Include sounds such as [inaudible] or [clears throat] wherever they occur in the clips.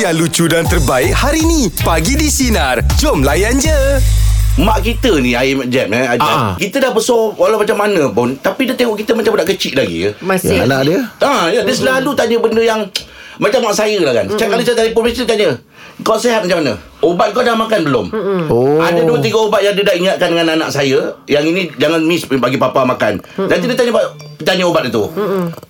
yang lucu dan terbaik hari ni. Pagi di Sinar. Jom layan je. Mak kita ni Air Jam eh, Ah. Ajat. Kita dah besar Walau macam mana pun Tapi dia tengok kita Macam budak kecil lagi ya. Masih. Ya, [laughs] anak dia. Ha, ya, dia selalu tanya benda yang Macam mak saya lah kan Setiap kali saya telefon Dia tanya Kau sihat macam mana? Obat kau dah makan belum? Oh. Ada dua tiga obat yang dia dah ingatkan dengan anak saya Yang ini jangan miss bagi papa makan Nanti dia tanya tanya obat itu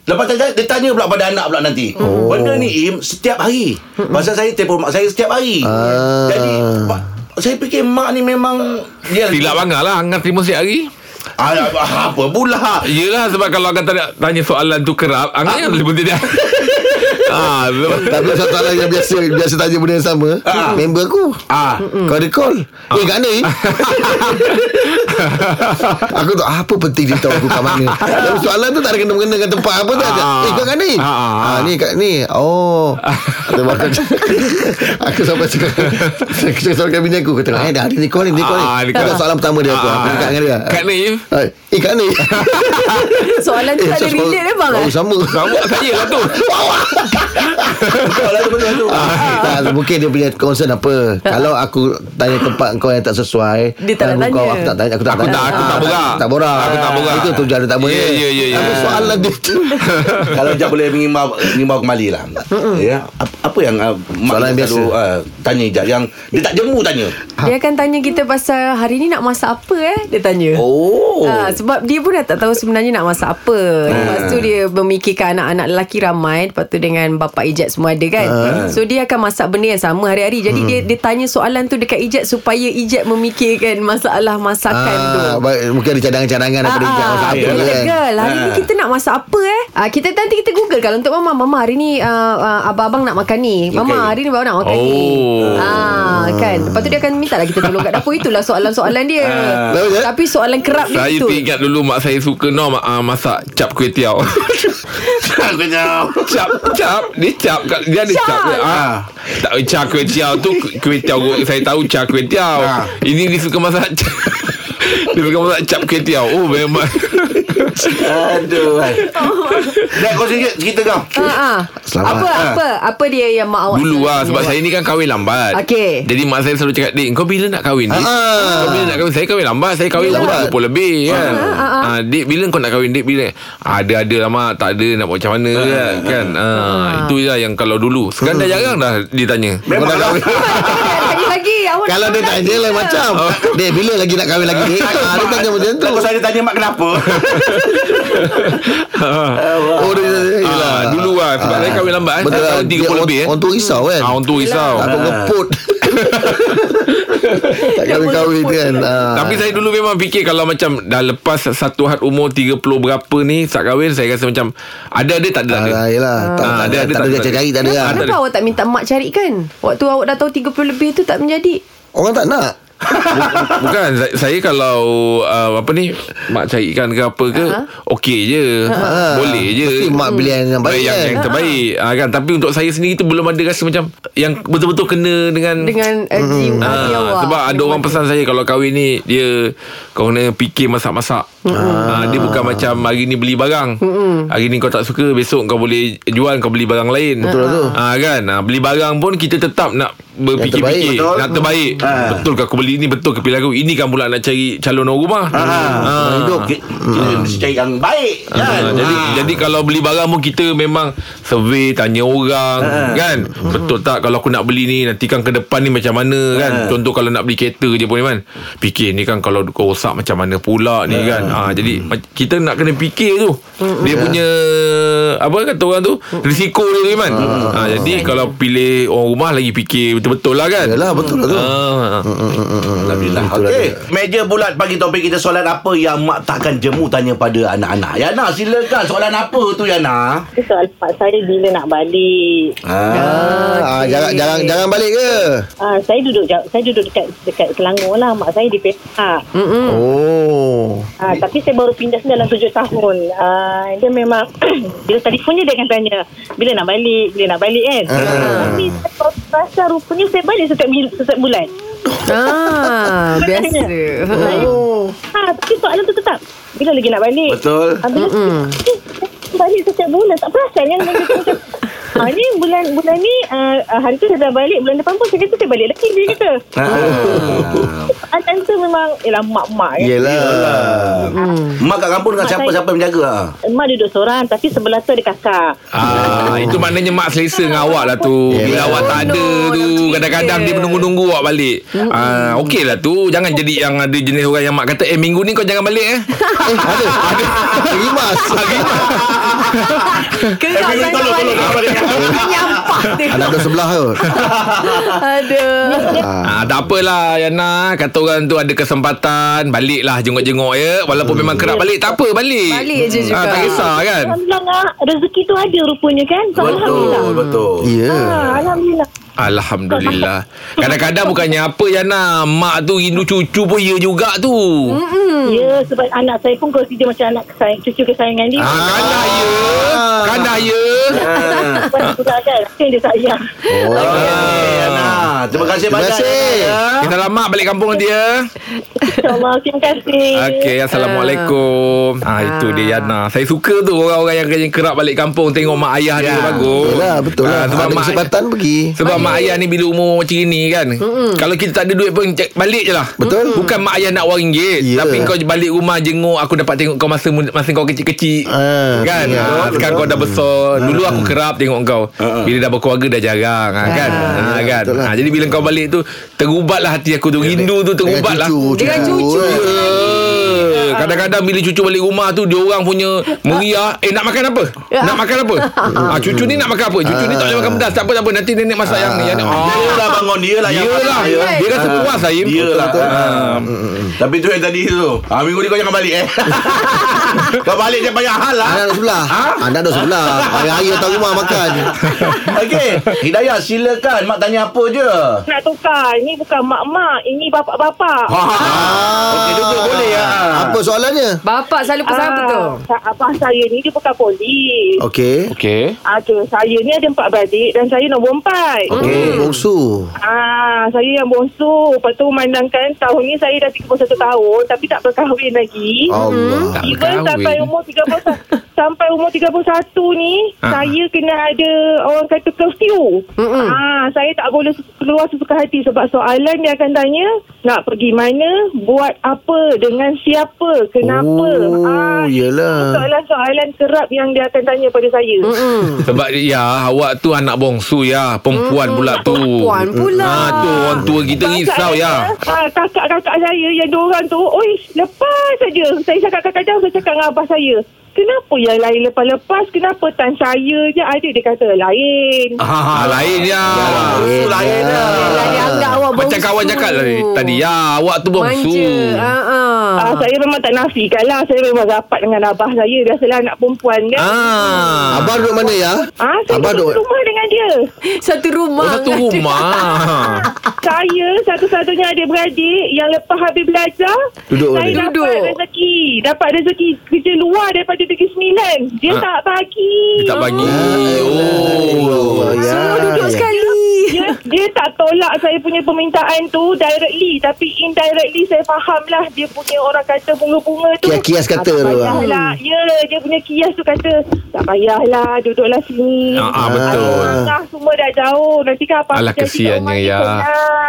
Lepas tanya dia tanya pula pada anak pula nanti Oh. Benda ni Im setiap hari Pasal saya telefon mak saya setiap hari Ah. Jadi ma- saya fikir mak ni memang dia Silap bangar lah Angah terima setiap hari Ah, apa pula? Yelah sebab kalau Angah tanya, tanya soalan tu kerap Angah yang terima setiap hari Ah, sebab- Tapi satu hal yang biasa Biasa tanya benda yang sama Hmm. Ah. Member aku Ah. Kau ada call Ah. Eh kat [laughs] mana eh? Aku tu Apa penting dia tahu aku kat mana Dan soalan tu tak ada kena-mengena Dengan tempat apa tu ada. Ah. Eh kau kat ni Ah, ah, ah, Ni kat ni Oh Ada makan [laughs] Aku sampai sekarang Aku cakap sama dengan bini aku Aku tengok Eh dah ada ni call ni Ni call ni Ah, dia call. Itulah soalan pertama dia aku Ah. Aku dekat dengan dia [laughs] Kat ni, you? Eh, Eh [laughs] kat ni Soalan tu tak ada soal- relate dia bang Oh eh? sama Sama kat saya lah tu Betul lah tu betul tu. Ah, tak, mungkin dia punya concern apa Kalau aku tanya tempat kau yang tak sesuai Dia tak nak lagu kau, tanya. Aku tak tanya Aku tak, Aku tanya. tak- aku tak Ah, borak. Tak borak Aku tak borak. Itu tujuan dia tak borak Ya, ya, ya, ya. Tapi soalan dia tu [laughs] Kalau Ijat boleh mengimbau mengimbau kembali lah. Ya, ap- apa yang uh, Soalan mak yang selalu biasa. uh, tanya Ijat yang dia tak jemu tanya. Dia akan tanya kita pasal hari ni nak masak apa eh? Dia tanya. Oh. Ha, sebab dia pun dah tak tahu sebenarnya nak masak apa. Lepas tu dia memikirkan anak-anak lelaki ramai. Lepas tu dengan bapak Ijat semua ada kan. So dia akan masak benda yang sama hari-hari. Jadi dia dia tanya soalan tu dekat Ijat supaya Ijat memikirkan masalah masakan tu. ah, baik, Mungkin ada cadangan-cadangan Daripada Ah, hijab ah, Apa betul kan girl. Hari ni Ah. kita nak masak apa eh? Ah, kita nanti kita google kalau untuk mama. Mama hari ni ah, ah, abang-abang nak makan ni. Mama Okay. hari ni abang nak makan Oh. ni. Ah, kan. Lepas tu dia akan minta lah kita tolong kat [laughs] dapur. Itulah soalan-soalan dia. Betul. Tapi soalan kerap dia Ah. Saya itu. teringat dulu Mak saya suka no, mak, uh, Masak cap kuih tiaw Aku jawab. Cap Cap Dia cap kat- Dia ada cap, Cap. dia. Ah. Tak Cap kuih tiaw tu Kuih tiaw kot Saya tahu cap kuih tiaw Ah. Ini dia suka masak [laughs] cap Dia suka masak cap kuih tiaw Oh memang Aduh. Dah kau sikit cerita kau. Ah, ah. Selamat. Apa apa apa dia yang mak awak Dulu lah selalu Sebab awak? saya ni kan kahwin lambat Okey. Jadi mak saya selalu cakap Dik kau bila nak kahwin Dik Ah. Kau bila nak kahwin Saya kahwin lambat Saya kahwin umur Yelah. 20 lebih kan ah, Dik bila kau nak kahwin Dik bila Ada-ada lah mak Tak ada nak buat macam mana kan, kan? Ah, Itu je lah yang kalau dulu Sekarang dah jarang dah ditanya Memang Kau dah kahwin Dia nak tanya [laughs] lagi awak [laughs] Kalau nak dia makan tanya ke? lain macam Oh. Dek bila lagi nak kahwin lagi Dek Ah, Dia tanya macam [laughs] tu Kalau saya tanya mak kenapa? Oh dia yelah. Ah, dulu lah Sebab saya kahwin lambat kan? Betul lah Saya Tahun Dia 30 lebih on- eh. On tu risau kan Ah, Untuk risau Aku [laughs] ngeput Tak kahwin-kahwin kan Ah. Tapi saya dulu memang fikir Kalau macam Dah lepas satu had umur 30 berapa ni Tak kahwin Saya rasa macam Ada-ada tak ada, tak ada. Ah, yelah. Tak, Ah, tak, tak, dia ada tak, tak ada ada? cari-cari tak ada. lah. Kenapa awak tak minta mak carikan? Waktu awak dah tahu 30 lebih tu tak menjadi. Orang tak nak. Bukan saya, saya kalau uh, apa ni mak carikan ke apa ke uh-huh. okey je. Uh-huh. Boleh je. Mesti mak pilihan yang baik yang, kan. yang terbaik uh-huh. kan tapi untuk saya sendiri tu belum ada rasa macam yang betul-betul kena dengan Dengan uh, hmm. Ah, awak. sebab ada orang pesan saya kalau kahwin ni dia kau kena fikir masak-masak. Ah, dia bukan macam hari ni beli barang. Hari ni kau tak suka besok kau boleh jual kau beli barang lain. Betul tu. Ah kan. Ah, beli barang pun kita tetap nak terbaik, berfikir-fikir betul. nak terbaik. Ah. Betul ke aku beli ni betul ke pilihan aku. Ini kan pula nak cari calon orang rumah. [laughs] Ah. Hidup ki- kita mesti cari yang baik Ah, kan. jadi jadi kalau beli barang pun kita memang survey tanya orang Ah. kan betul tak kalau aku nak beli ni nanti kan ke depan ni macam mana kan contoh kalau nak beli kereta je pun kan fikir ni kan kalau kau rosak macam mana pula ni kan ah jadi ma- kita nak kena fikir tu dia punya apa kata orang tu risiko dia tu kan ah jadi kalau pilih orang rumah lagi fikir betul-betul lah kan Yalah betul lah tu. ah Alhamdulillah. Okey. Meja bulat bagi topik kita soalan apa yang mak takkan jemu tanya pada anak-anak. Yana silakan soalan apa tu Yana? Itu soal pak saya bila nak balik. Ya. Ah, jangan jangan jangan balik ke? Ah, saya duduk jauh, saya duduk dekat dekat Selangor lah. Mak saya di Perak. Hmm. Oh. Ah, tapi saya baru pindah sini dalam tujuh tahun. Ah, dia memang [clears throat] bila telefonnya dia akan tanya bila nak balik, bila nak balik kan. Tapi saya baru rasa rupanya saya balik setiap, bil- setiap bulan. Ah, biasa. [laughs] Oh. Ah, tapi soalan tu tetap bila lagi nak balik. Betul. Ah, bila, balik setiap bulan tak perasan kan? Macam- macam- ha, ni bulan bulan ni uh, hari tu saya dah balik bulan depan pun saya kata saya balik lagi dia kata ah. answer memang ialah mak-mak kan. Yelah Ah. Mak kat kampung dengan Mak siapa-siapa yang jaga lah. Mak duduk seorang tapi sebelah tu ada kakak Ah, itu maknanya mak selesa dengan awak lah tu. Yeah. Bila awak tak ada Bodoh, tu, nak kadang-kadang cerita. dia menunggu-nunggu awak balik. Ah, okey lah tu. Jangan jadi yang ada jenis orang yang mak kata, eh minggu ni kau jangan balik eh. Eh ada Ada [laughs] Rimas Kerak Eh, sangat tolong, tolong, balik. tolong. Menyampah dia Anak duduk sebelah [laughs] tu Aduh Ah, tak apalah Yana Kata orang tu ada kesempatan Baliklah jenguk-jenguk ya Walaupun memang kerap balik Tak apa balik Balik je juga. ah, Tak kisah kan Alhamdulillah ah, rezeki tu ada rupanya kan so, Alhamdulillah Betul, betul. Ya Ah. ha, Alhamdulillah Alhamdulillah Kadang-kadang bukannya apa Yana Mak tu rindu cucu pun ya juga tu Hmm. Ya sebab anak saya pun consider macam anak saya, cucu kesayangan dia. ah, Kan dah ya Kan dah ya Sebab juga kan Saya dia sayang. Okey, Ana. Ya, Terima kasih Oh. Terima banyak. kasih. Ana. Kita lama balik kampung nanti ya InsyaAllah terima kasih. Okey Assalamualaikum ah, Itu dia Yana Saya suka tu orang-orang yang yang kerap balik kampung Tengok mak ayah dia bagus Yelah Ya. betul Ah, lah Sebab Ada mak kesempatan pergi Sebab mak ayah ni bila umur macam ni kan Mm-mm. Kalau kita tak ada duit pun cek- balik je lah Betul. Bukan mak ayah nak wang ringgit Ya. Tapi kau balik rumah jenguk Aku dapat tengok kau masa mu- masa kau kecil-kecil Ah, Kan betul, Ah. Ah, Sekarang kau dah besar Dulu aku kerap tengok kau Bila dah berkeluarga dah jarang ah, Kan Ah, kan Ya, betul lah. Ya, Ah, Jadi bila kau balik tu Terubat lah hati aku tu Rindu tu Dengan terubat lah cucu Dengan cucu. eh. Ya. Kadang-kadang bila cucu balik rumah tu Dia orang punya meriah Eh nak makan apa? Ya. Nak makan [laughs] apa? ah, cucu ni nak makan apa? Cucu ni tak boleh makan pedas Tak apa, tak apa Nanti nenek masak yang ni yang ni. Dia Ah, lah bangun dia lah yang Dia lah pasal saya. Dia rasa puas Saim Dia lah Ah. Tapi tu yang tadi tu ah, Minggu ni kau jangan balik eh Kau balik dia banyak hal [laughs] lah Anak duduk sebelah Ah? Anak duduk sebelah Hari-hari datang rumah [laughs] makan Okey Hidayah silakan Mak tanya apa je Nak tukar. Ini bukan mak-mak. Ini bapak-bapak. Ha. Okey juga boleh ya. Ah. Apa soalannya? Bapak selalu pesan apa tu? sa- Ah, Abang saya ni dia bukan polis. Oh. Okey Okay Aduh, saya ni ada empat beradik dan saya nombor empat. Okey Bongsu Ah, saya yang bongsu. Lepas tu memandangkan tahun ni saya dah 31 tahun tapi tak berkahwin Hmm. lagi. Allah Oh, Tak Even berkahwin. sampai umur 30 [laughs] sampai umur 31 ni Ha. saya kena ada orang kata curfew. Ah saya tak boleh su- keluar sesuka hati sebab soalan dia akan tanya nak pergi mana, buat apa, dengan siapa, kenapa. Oh, ah ya. yelah. Soalan-soalan kerap yang dia akan tanya pada saya. Sebab ya Awak tu anak bongsu ya Perempuan pula tu Perempuan pula. ah, Tu orang tua kita risau ya Ah, kakak-kakak saya yang dua orang tu, oi, lepas saja. Saya cakap kakak jauh, saya cakap dengan abah saya. Kenapa yang lain lepas-lepas? Kenapa tan saya je ada? Dia kata lain. Ah, lain ya Lain lain Yelah, lah. dia anggap awak Macam ya. bongsu. kawan cakap tadi, tadi Ya awak tu bongsu Manja ah, ah. Ah, saya memang tak nafikan lah. Saya memang rapat dengan abah saya. Biasalah anak perempuan kan. Ah, Ah, Abang duduk mana ya? ah saya Abah duduk duk- rumah dengan dia. Satu rumah Oh, satu dengan dia. [laughs] rumah. saya satu-satunya adik-beradik yang lepas habis belajar, Duduk mana? saya dapat Duduk. rezeki. Dapat rezeki kerja luar daripada Negeri Sembilan. Dia Ah. tak bagi. Dia tak bagi. Oh. ya. Semua duduk sekali dia, dia tak tolak saya punya permintaan tu directly tapi indirectly saya faham lah dia punya orang kata bunga-bunga tu Kias-kias kata lah. ah, tu. tak payahlah ya dia punya kias tu kata tak payahlah duduklah sini Ah, ah, betul. Alah, semua dah jauh nanti kan apa Alah, kesiannya, ya.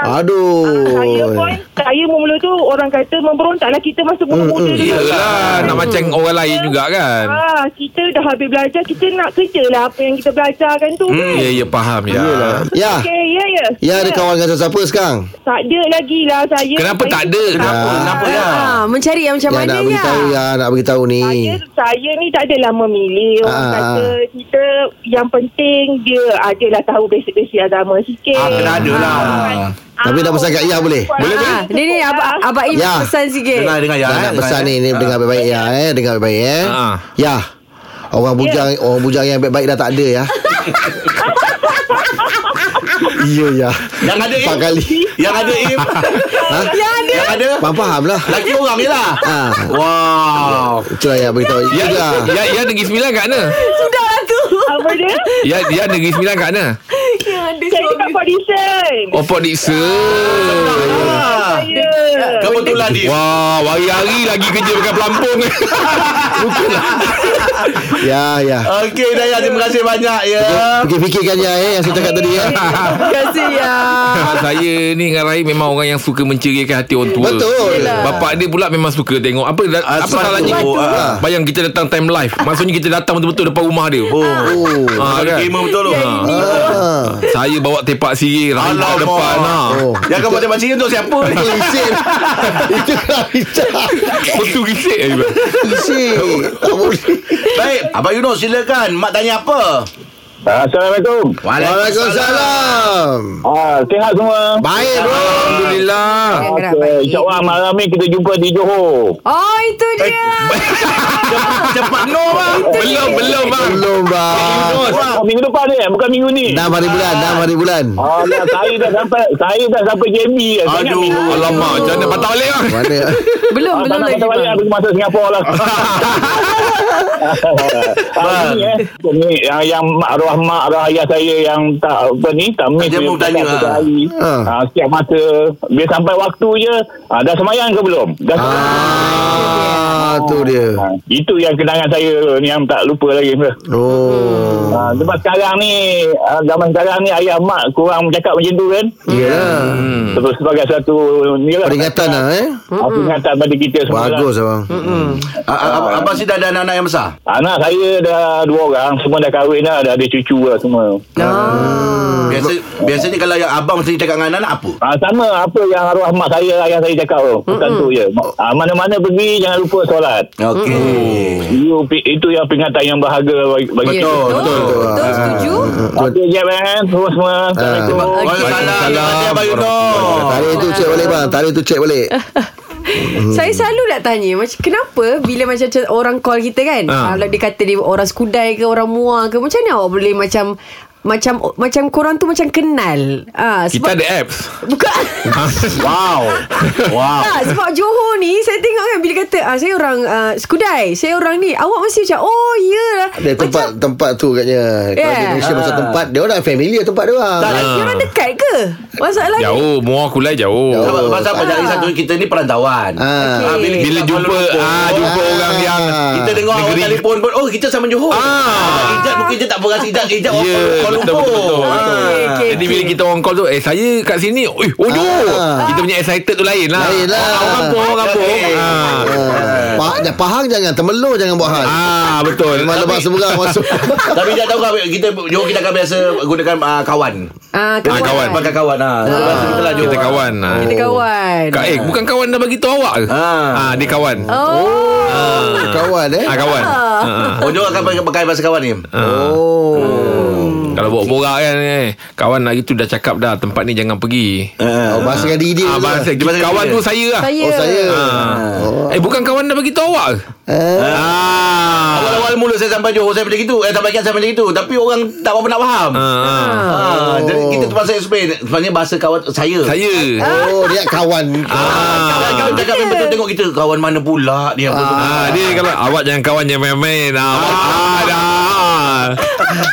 Aduh Ah, Ya. saya pun saya mula tu orang kata memberontaklah kita masa muda-muda dulu Yelah, nak macam orang lain juga kan. Ah, kita dah habis belajar kita nak kerja lah apa yang kita belajar kan tu Hmm, ya, ya faham ya. Ya Okay, ya, ya. Ya ada kawan dengan siapa sekarang? Tak ada lagi lah saya. Kenapa saya tak ada? Kenapa? Kenapa ya ah, Mencari yang macam Ya mana nak ya beritahu ya Nak beritahu ni Saya, saya ni tak adalah memilih. Orang Ah. kata kita yang penting dia adalah tahu basic-basic agama sikit. Ah, kena ada lah. ah, Tapi dah pesan kat Yah boleh? Boleh, Ah, Ni ni abang, abang Im Ya. pesan sikit Dengar dengar ya Dah nak pesan ni, ni dengar baik-baik ya eh, dengar baik-baik eh. Ha. Ya. Orang bujang orang bujang yang baik-baik dah tak ada [laughs] ya. Iya ya. Yang ada Im Empat kali. Yang ada Im Ha? Yang ada Faham faham lah. Laki orang je lah Ha. Wow Itulah yang beritahu. Ya. Ya, ya, Itulah. ya, ya Negeri Sembilan kat mana? [laughs] Sudahlah tu Apa dia? Ya, ya Negeri Sembilan kat mana? Ya Ada Saya suami. dekat audition. Oh, Port Dixon. Saya. Ah, Kebetulan dia. Wah, hari-hari lagi kerja pakai pelampung. [laughs] Ya, ya. Okey Dayah terima kasih banyak ya. Fikir-fikirkan ya eh yang saya cakap tadi ya. Terima kasih ya. Ah, saya ni dengan Rahim memang orang yang suka menceriakan hati orang tua. Betul. Yelah. Bapak dia pula memang suka tengok apa da- Ah, apa sepatu. salahnya. Oh, ah. Bayang kita datang time live. Maksudnya kita datang betul-betul depan rumah dia. Oh. Oh. Ah, kan? Gamer betul tu. Ha. Ah. Saya bawa tepak sirih Rahim kat Alamak. depan. Ah. Oh. Yang kau buat tempat sini untuk siapa ni? Itu isin. Itu dah bicara. Betul risik eh, Ibu. Isin. Tak boleh. Baik, Abang Yunus silakan. Mak tanya apa? Assalamualaikum. Waalaikumsalam. Ah, sihat semua. Baik bro. Alhamdulillah. Jangan gerak Okay, baik. InsyaAllah malam ni kita jumpa di Johor. Oh itu dia. Cepat no bang. Belum belum bang. Belum bang. Wah, minggu depan ni, bukan minggu ni. Enam hari bulan, enam hari bulan. Alah, saya dah sampai saya dah sampai JB. dah. Sangat Aduh. minggu. Oh, Alamak, jangan nak patah balik bang. Mana? Belum Ah, belum tak nak lagi patah balik, bang. aku masuk Singapura lah. ah, ini, eh, ini, yang, yang mak arwah mak arwah ayah saya yang tak apa ni, tak miss. Dia mau tanya, setiap ah. hari. Ah. Ah, setiap masa, dia sampai waktu je, ah, dah semayang ke belum? Dah Ha. Ah, tu dia. Ha, itu yang kenangan saya ni yang tak lupa lagi. Oh. Ha, sebab sekarang ni, ha, zaman sekarang ni ayah mak kurang cakap macam tu kan. Ya. Hmm. Terus sebagai satu ni lah. Peringatan lah eh. Ha, peringatan pada kita semua Bagus lah. abang. Ah, Abang si dah ada anak-anak yang besar? Anak saya dah dua orang, semua dah kahwin lah, dah ada cucu lah semua. Ah, Biasa, biasanya kalau yang abang mesti cakap dengan anak-anak apa? Ha, sama apa yang arwah mak saya, ayah saya cakap tu. Bukan tu je. Ha, mana-mana pergi, jangan lupa solat. Okey. Itu, itu yang peringatan yang berharga bagi, bagi Ya, kita. betul. Betul setuju. Hmm. Okey, jap eh. Semua semua. Assalamualaikum. Waalaikumsalam. Terima kasih Abang Yunus. Tarik tu cek balik bang, tarik tu cek balik. Saya selalu nak tanya macam kenapa bila macam macam orang call kita kan Ha. ha. kalau dia kata dia orang Skudai ke orang Muar ke macam mana awak boleh macam macam macam korang tu macam kenal. Ah Kita sebab ada apps. bukan Wow. Wow. tak, Ah, sebab Johor ni saya tengok kan bila kata ah saya orang uh, Skudai, saya orang ni. Awak mesti macam oh yalah. Dia tempat tempat tu katnya. Kalau di Yeah. Malaysia macam tempat dia orang familiar tempat dia orang. Tak, "Ah, dia orang dekat ke? Masalahnya. [laughs] Jauh, muar kulai jauh. Sebab pasal apa? Jadi satu kita ni perantauan. Ah, Ah. bila, Oh. Bila jumpa ah jumpa orang yang kita dengar orang negeri- telefon pun oh kita sama Johor. Ah. Ijat mungkin dia tak berasa Ijat Ijat Ya, orang Kuala betul, betul, betul, Lumpur. Ah. betul. Ah, Okey, okey, Jadi okey. bila kita orang call tu Eh saya kat sini Eh oh jo Ah. Kita punya excited tu lain lah Lain lah. Orang kampung Orang kampung Okey. Ah. Ah. Pah- dah Pahang jangan Temelur jangan buat hal Ah betul Memang lepas seberang masuk Tapi Ijat tahu kan kita Johor kita akan biasa gunakan ah, kawan. Ah, Ah, kawan. kawan. Pakai kawan ah. Sebab tu kita lah Johor. Kita kawan ah. Kita kawan. Kak, eh bukan kawan dah bagi tahu awak ke? Ah. Ah dia kawan. Oh. Kawan eh Ah kawan. Ah. Oh Johor akan pakai- pakai bahasa kawan ni. Oh Kalau bawa borak kan eh. Kawan hari tu dah cakap dah tempat ni jangan pergi. Oh bahasa dengan diri dia tu Ah lah. bahasa Bahasa kawan dia. tu saya lah. Saya. Oh saya Ah. Eh bukan kawan dah bagi tahu awak ke? Ah. Awal-awal mula saya sampai Johor saya macam gitu. Eh tak bagian saya macam gitu. Tapi orang tak apa nak faham. Ah. ah. Ah, jadi kita terpaksa explain Sebenarnya bahasa kawan saya Saya. Oh dia kawan Ah, Kawan cakap memang betul tengok kita Kawan mana pula Dia apa semua. Ah, dia kalau awak jangan kawan jangan main-main. Ah, ah dah.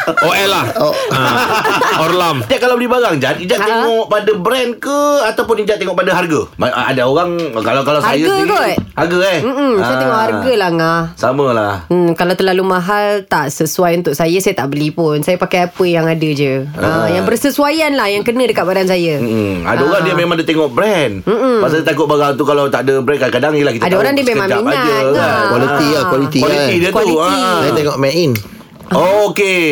OL Ah. lah. Oh. Ah, Orlam. Ijat kalau beli barang Jan Ha? Ijat tengok pada brand ke Ataupun Ijat tengok pada harga Ma- ah, Ada orang Kalau kalau saya Harga sendiri, kot. Harga eh Mm-mm, saya tengok harga lah ngah. Sama lah Hmm, kalau terlalu mahal tak sesuai untuk saya saya tak beli pun. Saya pakai apa yang ada je. Ha, yang bersesuaian lah yang kena dekat badan saya. Hmm, Ah. ada orang dia memang dia tengok brand Mm-mm. Pasal dia takut barang tu Kalau tak ada brand Kadang-kadang yelah kita Ada tahu orang dia memang sekejap minat aja, kan. kan. Kualiti lah Kualiti Kualiti dia tu Kualiti. ah. Saya tengok made in Oh, Okey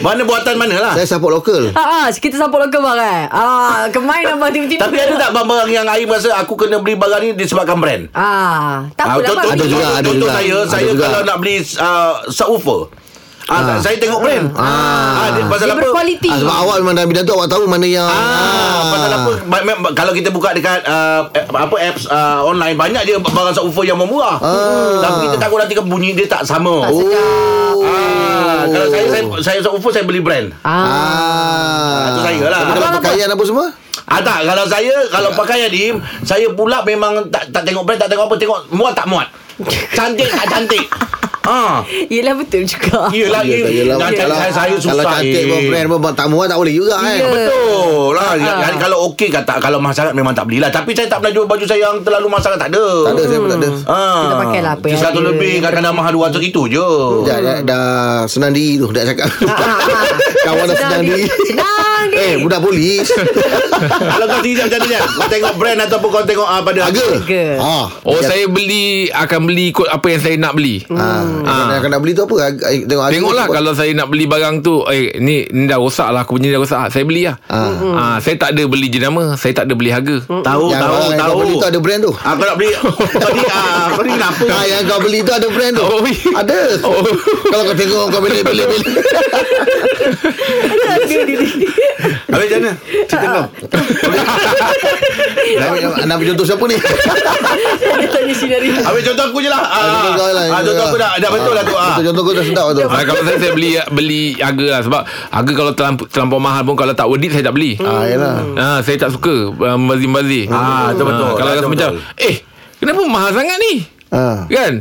Mana buatan mana lah Saya support lokal Ha ah, kita support lokal bang eh. Ah, kemain abang tiba-tiba. Tapi ada tak barang yang Aim rasa Aku kena beli barang ni Disebabkan brand Ah, tak Ah, apalah contoh, bang. Ada juga, ada contoh juga. saya, Ada saya juga. kalau nak beli uh, subwoofer. Ah, tak, saya tengok brand. Ah, dia pasal Dia apa? berkualiti. ah, Sebab awak memang dalam bidang tu Awak tahu mana yang Ah, pasal apa? Ba- ba- Kalau kita buka dekat uh, apa apps uh, online banyak je barang subwoofer yang murah. Ah. Tapi kita takut nanti kan bunyi dia tak sama. Tak sedap. Ah, kalau saya saya saya subwoofer saya beli brand. Ah, Ah, Itu saya lah. Tapi kalau Abang apa? pakaian apa semua Ah tak, kalau saya kalau pakaian ni [laughs] saya pula memang tak tak tengok brand, tak tengok apa, tengok muat tak muat. Cantik tak cantik. Ah. Yelah betul juga Yelah, Ya, yelah, tak, yelah. jangan cakap saya, saya susah. Kalau cantik eh. pun brand Ah. pun tak muat tak boleh juga kan. Ya. Betul lah uh-huh. Kalau okey kata Kalau mahal sangat memang tak belilah Tapi saya tak pernah jual baju saya Yang terlalu mahal sangat tak ada Tak ada saya pun tak ada. Ah, Kita pakailah apa yang Satu ada. lebih Kadang-kadang mahal 200 itu je Dah, dah, dah senang diri tu Dah [laughs] cakap Ah, Kawan dah Ah, senang diri Senang dia Eh budak [laughs] polis Kalau kau sendiri macam mana Jan? Kau tengok brand Ataupun kau tengok ah, pada Harga Harga. ah, Oh saya beli Akan beli ikut apa yang saya nak beli ah, Ah. Nak nak beli tu apa Harga- eh, Tengok harga Tengoklah tu. kalau saya nak beli barang tu eh ni, ni dah rosak lah aku punya dah rosak saya beli lah. Ah. Ah. saya tak ada beli jenama, saya tak ada beli harga. Tahu Yang tahu barang yang tahu kau beli tu ada brand tu Ah, kau nak beli Kau ni ah, Kau ni kenapa Ah, [laughs] yang kau beli tu ada brand tu Oh. Ada Oh. Kalau kau tengok kau beli beli beli [laughs] Habis macam mana Cerita kau Nak ambil- Nak ambil contoh siapa ni Dia tanya sinari Habis contoh aku je lah Ah, Contoh kau lah, ah, Contoh aku dah Dah betul lah tu ah. Contoh- Contoh kau dah sedap tu Ah, kalau saya saya beli beli harga lah sebab harga kalau terlampau, terlampau mahal pun kalau tak worth it saya tak beli. Ah, yalah. Ah, saya tak suka uh, bazir-bazir. Ah, tu betul. kalau Ah, tu rasa macam eh kenapa mahal sangat ni? Ah. Kan?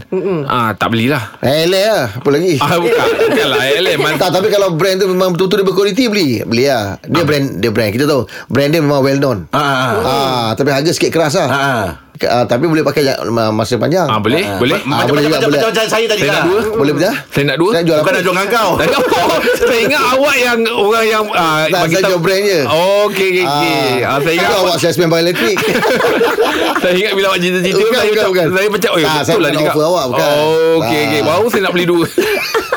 Ah, tak [laughs] belilah. Eh, elek lah Apa lagi Ah, bukan. Bukanlah elek man. Tak tapi kalau brand tu Memang betul-betul dia berkualiti Beli Beli lah Dia brand Dia brand Kita tahu Brand dia memang well known Ah, ah, ah. Ah, Tapi harga sikit keras lah Ah, ah. Ke- ah, Tapi boleh pakai ja- ma- Masa panjang Ah, boleh? Boleh? Ah, Macam macam boleh juga, macam boleh. macam saya tadi Saya nak lah dua. Boleh betul ah. Saya nak dua. Saya jual Bukan apa nak jual dengan [laughs] kau Oh, [laughs] saya ingat awak yang orang yang uh, Tak, saya jual brand je. Oh, okey okey okey. Ah, saya ingat Kau awak. awak salesman by electric saya ingat bila awak Bukan, cerita-cerita saya bukan, macam- bukan. saya macam oh, Tak, betul saya lah nak dia cakap. offer awak, bukan. Oh, okey Ah. okey. Baru saya nak beli dua.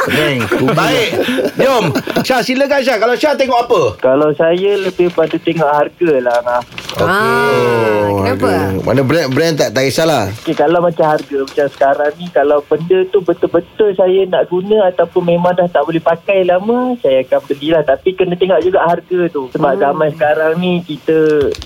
[laughs] Baik Jom Syah silakan Syah Kalau Syah tengok apa Kalau saya lebih pada tengok harga lah Angah. Ah, Kenapa? aduh. Mana brand brand tak tak kisahlah okay, Kalau macam harga Macam sekarang ni Kalau benda tu betul-betul saya nak guna Ataupun memang dah tak boleh pakai lama Saya akan belilah Tapi kena tengok juga harga tu Sebab hmm. zaman sekarang ni Kita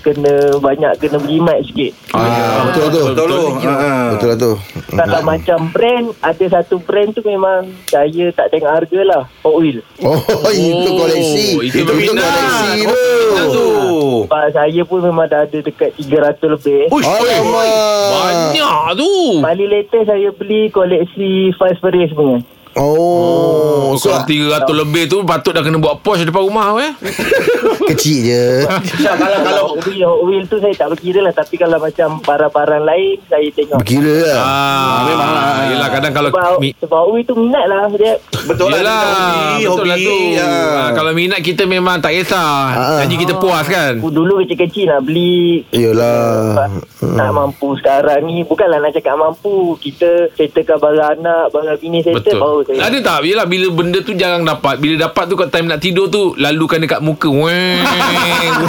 kena banyak kena berjimat sikit Ah, betul tu. ya. Betul tu Ah. Betul lah tu. Kalau macam brand Ada satu brand tu memang Saya tak tengok harga lah Hot Wheels Oh, [laughs] itu koleksi. Itu itu itu berminat. koleksi Oh, tu. betul tu. ah, Sebab saya pun memang dah ada dekat 300 lebih Uish, Alamak. Banyak tu. Paling latest saya beli koleksi Fast Ferris punya Oh, Oh, so kalau 300 lebih tu patut dah kena buat pos depan rumah awak, eh. kecil je. Syah kalau kalau Kalau Hot Wheels, Hot Wheels tu saya tak berkira lah Tapi kalau macam barang-barang lain Saya tengok Berkira lah. Ah, memang lah. Yelah kadang kalau sebab, mi- sebab Hot Wheels tu minat lah dia. Betul lah Yelah hobi, Betul lah hobi. tu Ah. Ah, Kalau minat kita memang tak kisah Ah. Janji kita puas kan Aku dulu kecil-kecil lah beli Yelah. Ah, Tak mampu sekarang ni Bukanlah nak cakap mampu Kita settlekan barang anak Barang bini settle Betul Oh, Baru saya Ada tak Yelah bila benda tu jarang dapat Bila dapat tu kat time nak tidur tu Lalukan dekat muka Weng [laughs] weng.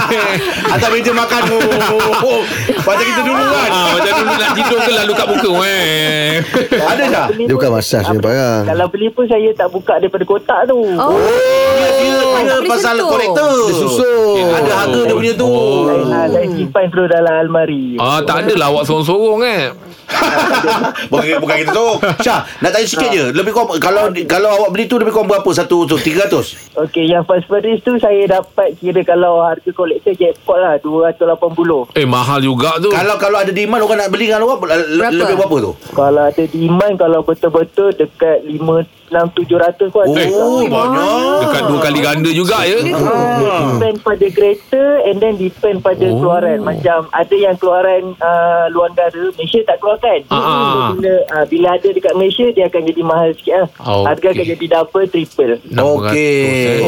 Atas meja makan oh, oh, oh. Macam kita dulu kan ah, Macam dulu nak tidur tu Lalu kat muka Weng Ada tak? Beli Dia bukan pun- massage ni apa- barang. Kalau beli pun saya tak buka daripada kotak tu Oh, Dia, dia, dia Oh. boleh pasal sentuh. kolektor Dia susun. Ada harga dia punya tu Saya, ah, saya Hmm. simpan dulu dalam almari Ah, tak adalah awak sorong-sorong eh. [laughs] bukan, bukan kita tu Syah Nak tanya sikit je Lebih kurang Kalau kalau awak beli tu Lebih kurang berapa Satu tu 300 Okey yang first price tu Saya dapat kira Kalau harga kolektor jackpot lah 280 Eh mahal juga tu. Kalau kalau ada demand Orang nak beli dengan orang le- Lebih berapa tu Kalau ada demand Kalau betul-betul Dekat 5 6 700 pun ada Oh Eh, banyak Dekat dua kali ganda juga ya. Depend pada kereta And then depend pada Oh. oh. keluaran Macam ada yang keluaran uh, Luar negara Malaysia tak keluarkan Ah, ah, ah. Bila, uh, bila ada dekat Malaysia Dia akan jadi mahal sikit lah Ah, Harga akan okey. jadi double triple Okey.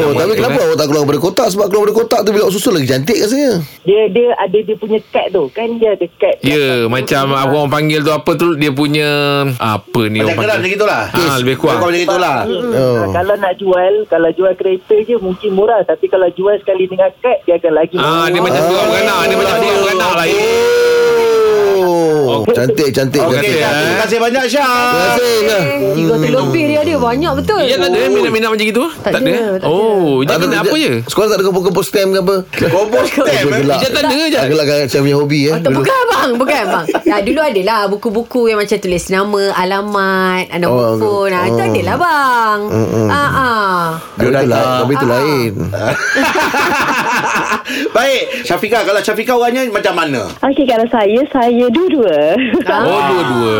Oh, eh. tapi kenapa awak tak keluar dari kotak? Sebab keluar dari kotak tu bila awak susun lagi cantik rasanya. Dia dia ada dia punya kad tu Kan dia ada kad Ya, yeah, macam ah, orang panggil tu apa tu dia punya ah, apa ni Macam kerap orang macam panggil. itulah Ah, lebih kurang. Lebih kurang macam itulah Oh. Oh. Kalau nak jual Kalau jual kereta je Mungkin murah Tapi kalau jual sekali dengan kad Dia akan lagi Ah, dia macam Oh. orang beranak, dia macam orang beranak lah. ya. Oh, cantik, cantik, Okey, cantik. Syah, lah? eh. terima kasih banyak Syah. Terima kasih. Syah. Eh, Tiga tu lebih dia ada Banyak betul Ya tak ada eh, minat-minat macam gitu? Tak ada, eh? tak ada. Oh, dia kena apa je? Sekolah tak ada kumpul-kumpul stamp ke apa? Kobos tem. Dia eh. gelak. Dia tak ada je. Tak gelak kan macam punya hobi eh. Oh, tak, bukan bang Bukan bang nah, Dulu adalah Buku-buku yang macam Tulis nama Alamat Nombor Oh, oh, phone ah, Itu oh. adalah bang ah, ah. Tapi Dia tu dah lain- gelak. Tapi tu Ah. lain. [laughs] Baik, Syafiqah kalau Syafiqah orangnya macam mana? Okey kalau saya Saya dua-dua [laughs] Oh, dua-dua.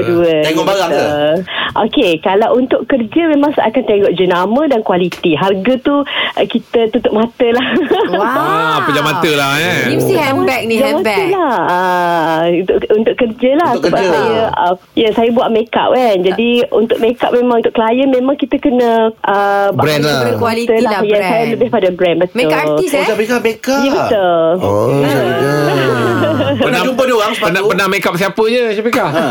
Dua-dua Tengok barang ke? Betul. Okey, kalau untuk kerja memang saya akan tengok jenama dan kualiti. Harga tu uh, kita tutup mata lah. [laughs] Ah, pejam mata lah eh. You mesti handbag ni Jangan handbag. tu Lah. Uh, untuk, untuk kerja lah Untuk sebab kerja. saya uh, ya saya buat make up kan. Jadi untuk make up memang untuk klien memang kita kena uh, Brand lah. Berkualiti lah Ya, brand. saya lebih pada brand betul. Make up artist Oh, eh. dah beka beka. Ya betul. Oh, Pernah jumpa dia orang Pernah, sepatu? pernah make up siapa je Syafiqah? Ha.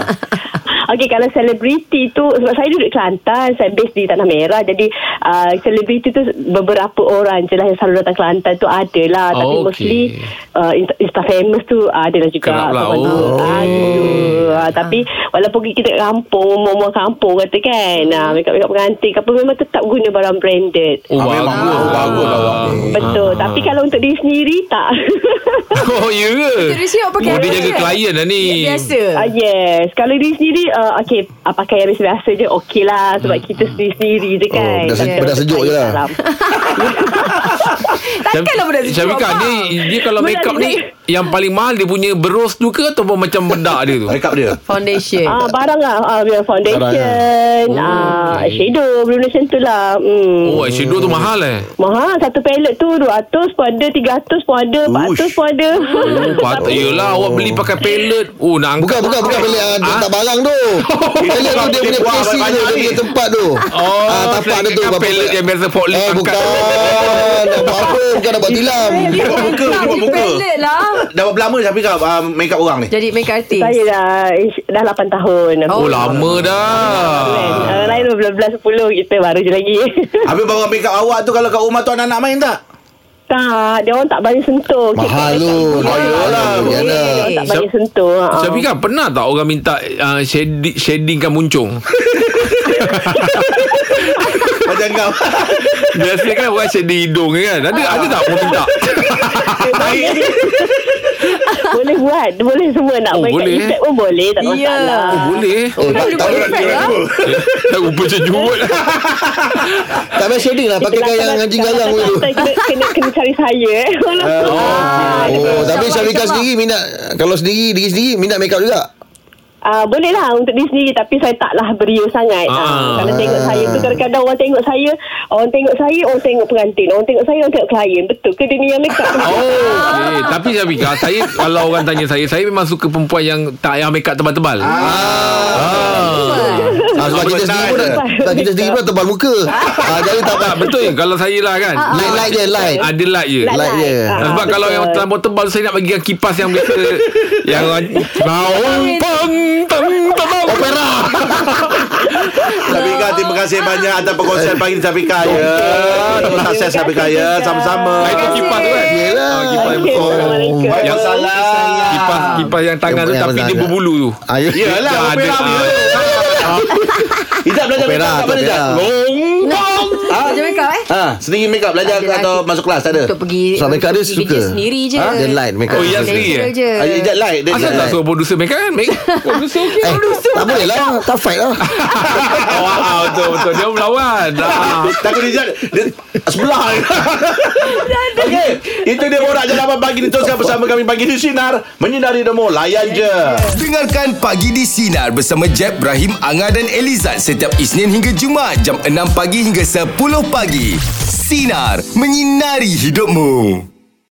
Okey kalau selebriti tu sebab saya duduk Kelantan, saya base di Tanah Merah. Jadi uh, selebriti tu beberapa orang je lah yang selalu datang Kelantan tu ada lah. Oh, Tapi okey. mostly uh, insta, insta famous tu uh, ada lah juga. Kerap lah. Kawan tu. Oh. Ah, gitu. Ah, tapi walaupun kita kat kampung, rumah kampung kata kan, ah, makeup-makeup pengantin ke apa memang tetap guna barang branded. Oh, Ah, memang bagus, bagus lah awak ni. Betul. Tapi kalau untuk diri sendiri tak. [laughs] Oh, ya ke? Terus dia pakai Oh, apa dia je? jaga klien lah ni. Biasa. Ah, Uh, yes. Kalau diri sendiri, uh, okay, uh, pakai yang biasa je okey lah. Sebab Hmm. kita sendiri-sendiri je kan. bedak se- Macam bedak sejuk je lah. [laughs] dalam. Takkanlah budak sejuk, Syafiqah, abang. dia, dia kalau Budak make up dia- ni, yang paling mahal dia punya berus tu ke ataupun macam bedak dia [laughs] tu? Rekap dia. Foundation. Ah, barang lah. Ah, yeah, foundation, lah. Barang, ah. ah, Oh, okey. shadow, benda macam tu lah. Hmm. Oh, eyeshadow tu mahal eh. Mahal satu palette tu 200 pun ada 300 pun ada 400 pun ada [laughs] Oh, patut. Yelah, awak beli pakai pellet. Oh, nak Bukan angkat. bukan bukan pelik ah, dia Ah? tak barang [laughs] tu. Pelik tu dia punya Dia buang posisi tu, banyak dia ni. punya tempat tu. Oh, Ah, tapak dia tu kan pellet yang biasa forklift Eh, angkat. bukan. Nak buat apa? Bukan nak buat tilam. Dia buat muka, dia buat muka. Palette lah. Dah berapa lama Syafiqah uh, make up orang ni? Jadi make artist. Saya dah ish, Dah 8 tahun Oh, lama dah. Ah. Orang lain 12, 10 Kita baru je lagi [laughs] Habis barang make up awak tu kalau kat rumah tu anak-anak main tak? Tak Dia orang tak bagi sentuh Mahal Kita- tu. Mahal Ayolah. tu. Eh, Ya dia lah. orang tak Syaf- bagi sentuh ha. Syafiqah, kan, pernah tak orang minta uh, shading, shadingkan [laughs] muncung? Macam kau. Biasanya kan orang shading hidung je kan. Ada, ada tak orang minta? [laughs] Boleh buat Boleh semua nak Oh, main boleh, kat eh? Instagram pun boleh Tak ada Iyalah. masalah Oh, boleh. Oh, tak Dia tak buat payah- effect lah. Tak rupa macam jurut. tak payah shading lah pakai kain yang anjing garang pun pun tu. kena, kena, kena cari saya eh. Ah, Oh, tapi Sama, Syarika sama. sendiri minat kalau sendiri diri sendiri minat make up juga. ah, Boleh lah Untuk diri sendiri Tapi saya taklah beria sangat ah. Ah. Kalau tengok saya tu Kadang-kadang orang tengok saya Orang tengok saya Orang tengok pengantin Orang tengok saya Orang tengok klien Betul ke dia ni yang make up [laughs] [laughs] Oh, okay. tapi Syafiqah, saya kalau orang tanya saya, saya memang suka perempuan yang tak yang make up tebal-tebal. Ah. Ah, sebab kita sendiri pun dah- sebab kita sendiri pun dah tebal muka. Ah, jadi tak [laughs] Tak, apa. betul je kalau saya lah kan. Light light je light. Ada light je. Light. Like dia. Ah, Ah, Sebab kalau betul. yang terlampau tebal Saya nak bagi yang kipas yang biasa Yang orang Baung pang Tang tang Opera Syafiqah, terima kasih banyak atas perkongsian pagi ni Syafiqah ya. Terus sukses Syafiqah ya. Sama-sama. Itu kipas tu kan Yelah. Ah, Kipas Okey, oh. Assalamualaikum. Waalaikumsalam. Kipas kipas yang tangan tu Yang- yang Tapi dia tangan. berbulu tu lah, Ah, ya. Yelah, Dah opera ada. punya. Ijat belajar Opera, make up kat mana opera. Ijat? Lombang Macam make up eh. Ha, sendiri make up belajar Tak ada atau lagi. masuk kelas tak ada? Untuk pergi Sebab make up dia pergi suka. kerja sendiri je. Ah, Dia light make up. Oh, ya, sendiri. sendiri. Natural je. Ah, Ijat like dia. Asal Ijat tak like. suruh producer make up kan Make Producer okey Eh, [laughs] tak boleh lah. Tak fight lah. Wow betul betul Dia melawan Ah. Takut dia jat Dia sebelah Okey Itu dia borak jalanan pagi ni Teruskan bersama kami Pagi di Sinar Menyinari demo Layan je Dengarkan Pagi di Sinar bersama Jeb, Ibrahim, Anga dan Elizad setiap Isnin hingga Jumaat jam 6 pagi hingga 10 pagi. Sinar, menyinari hidupmu.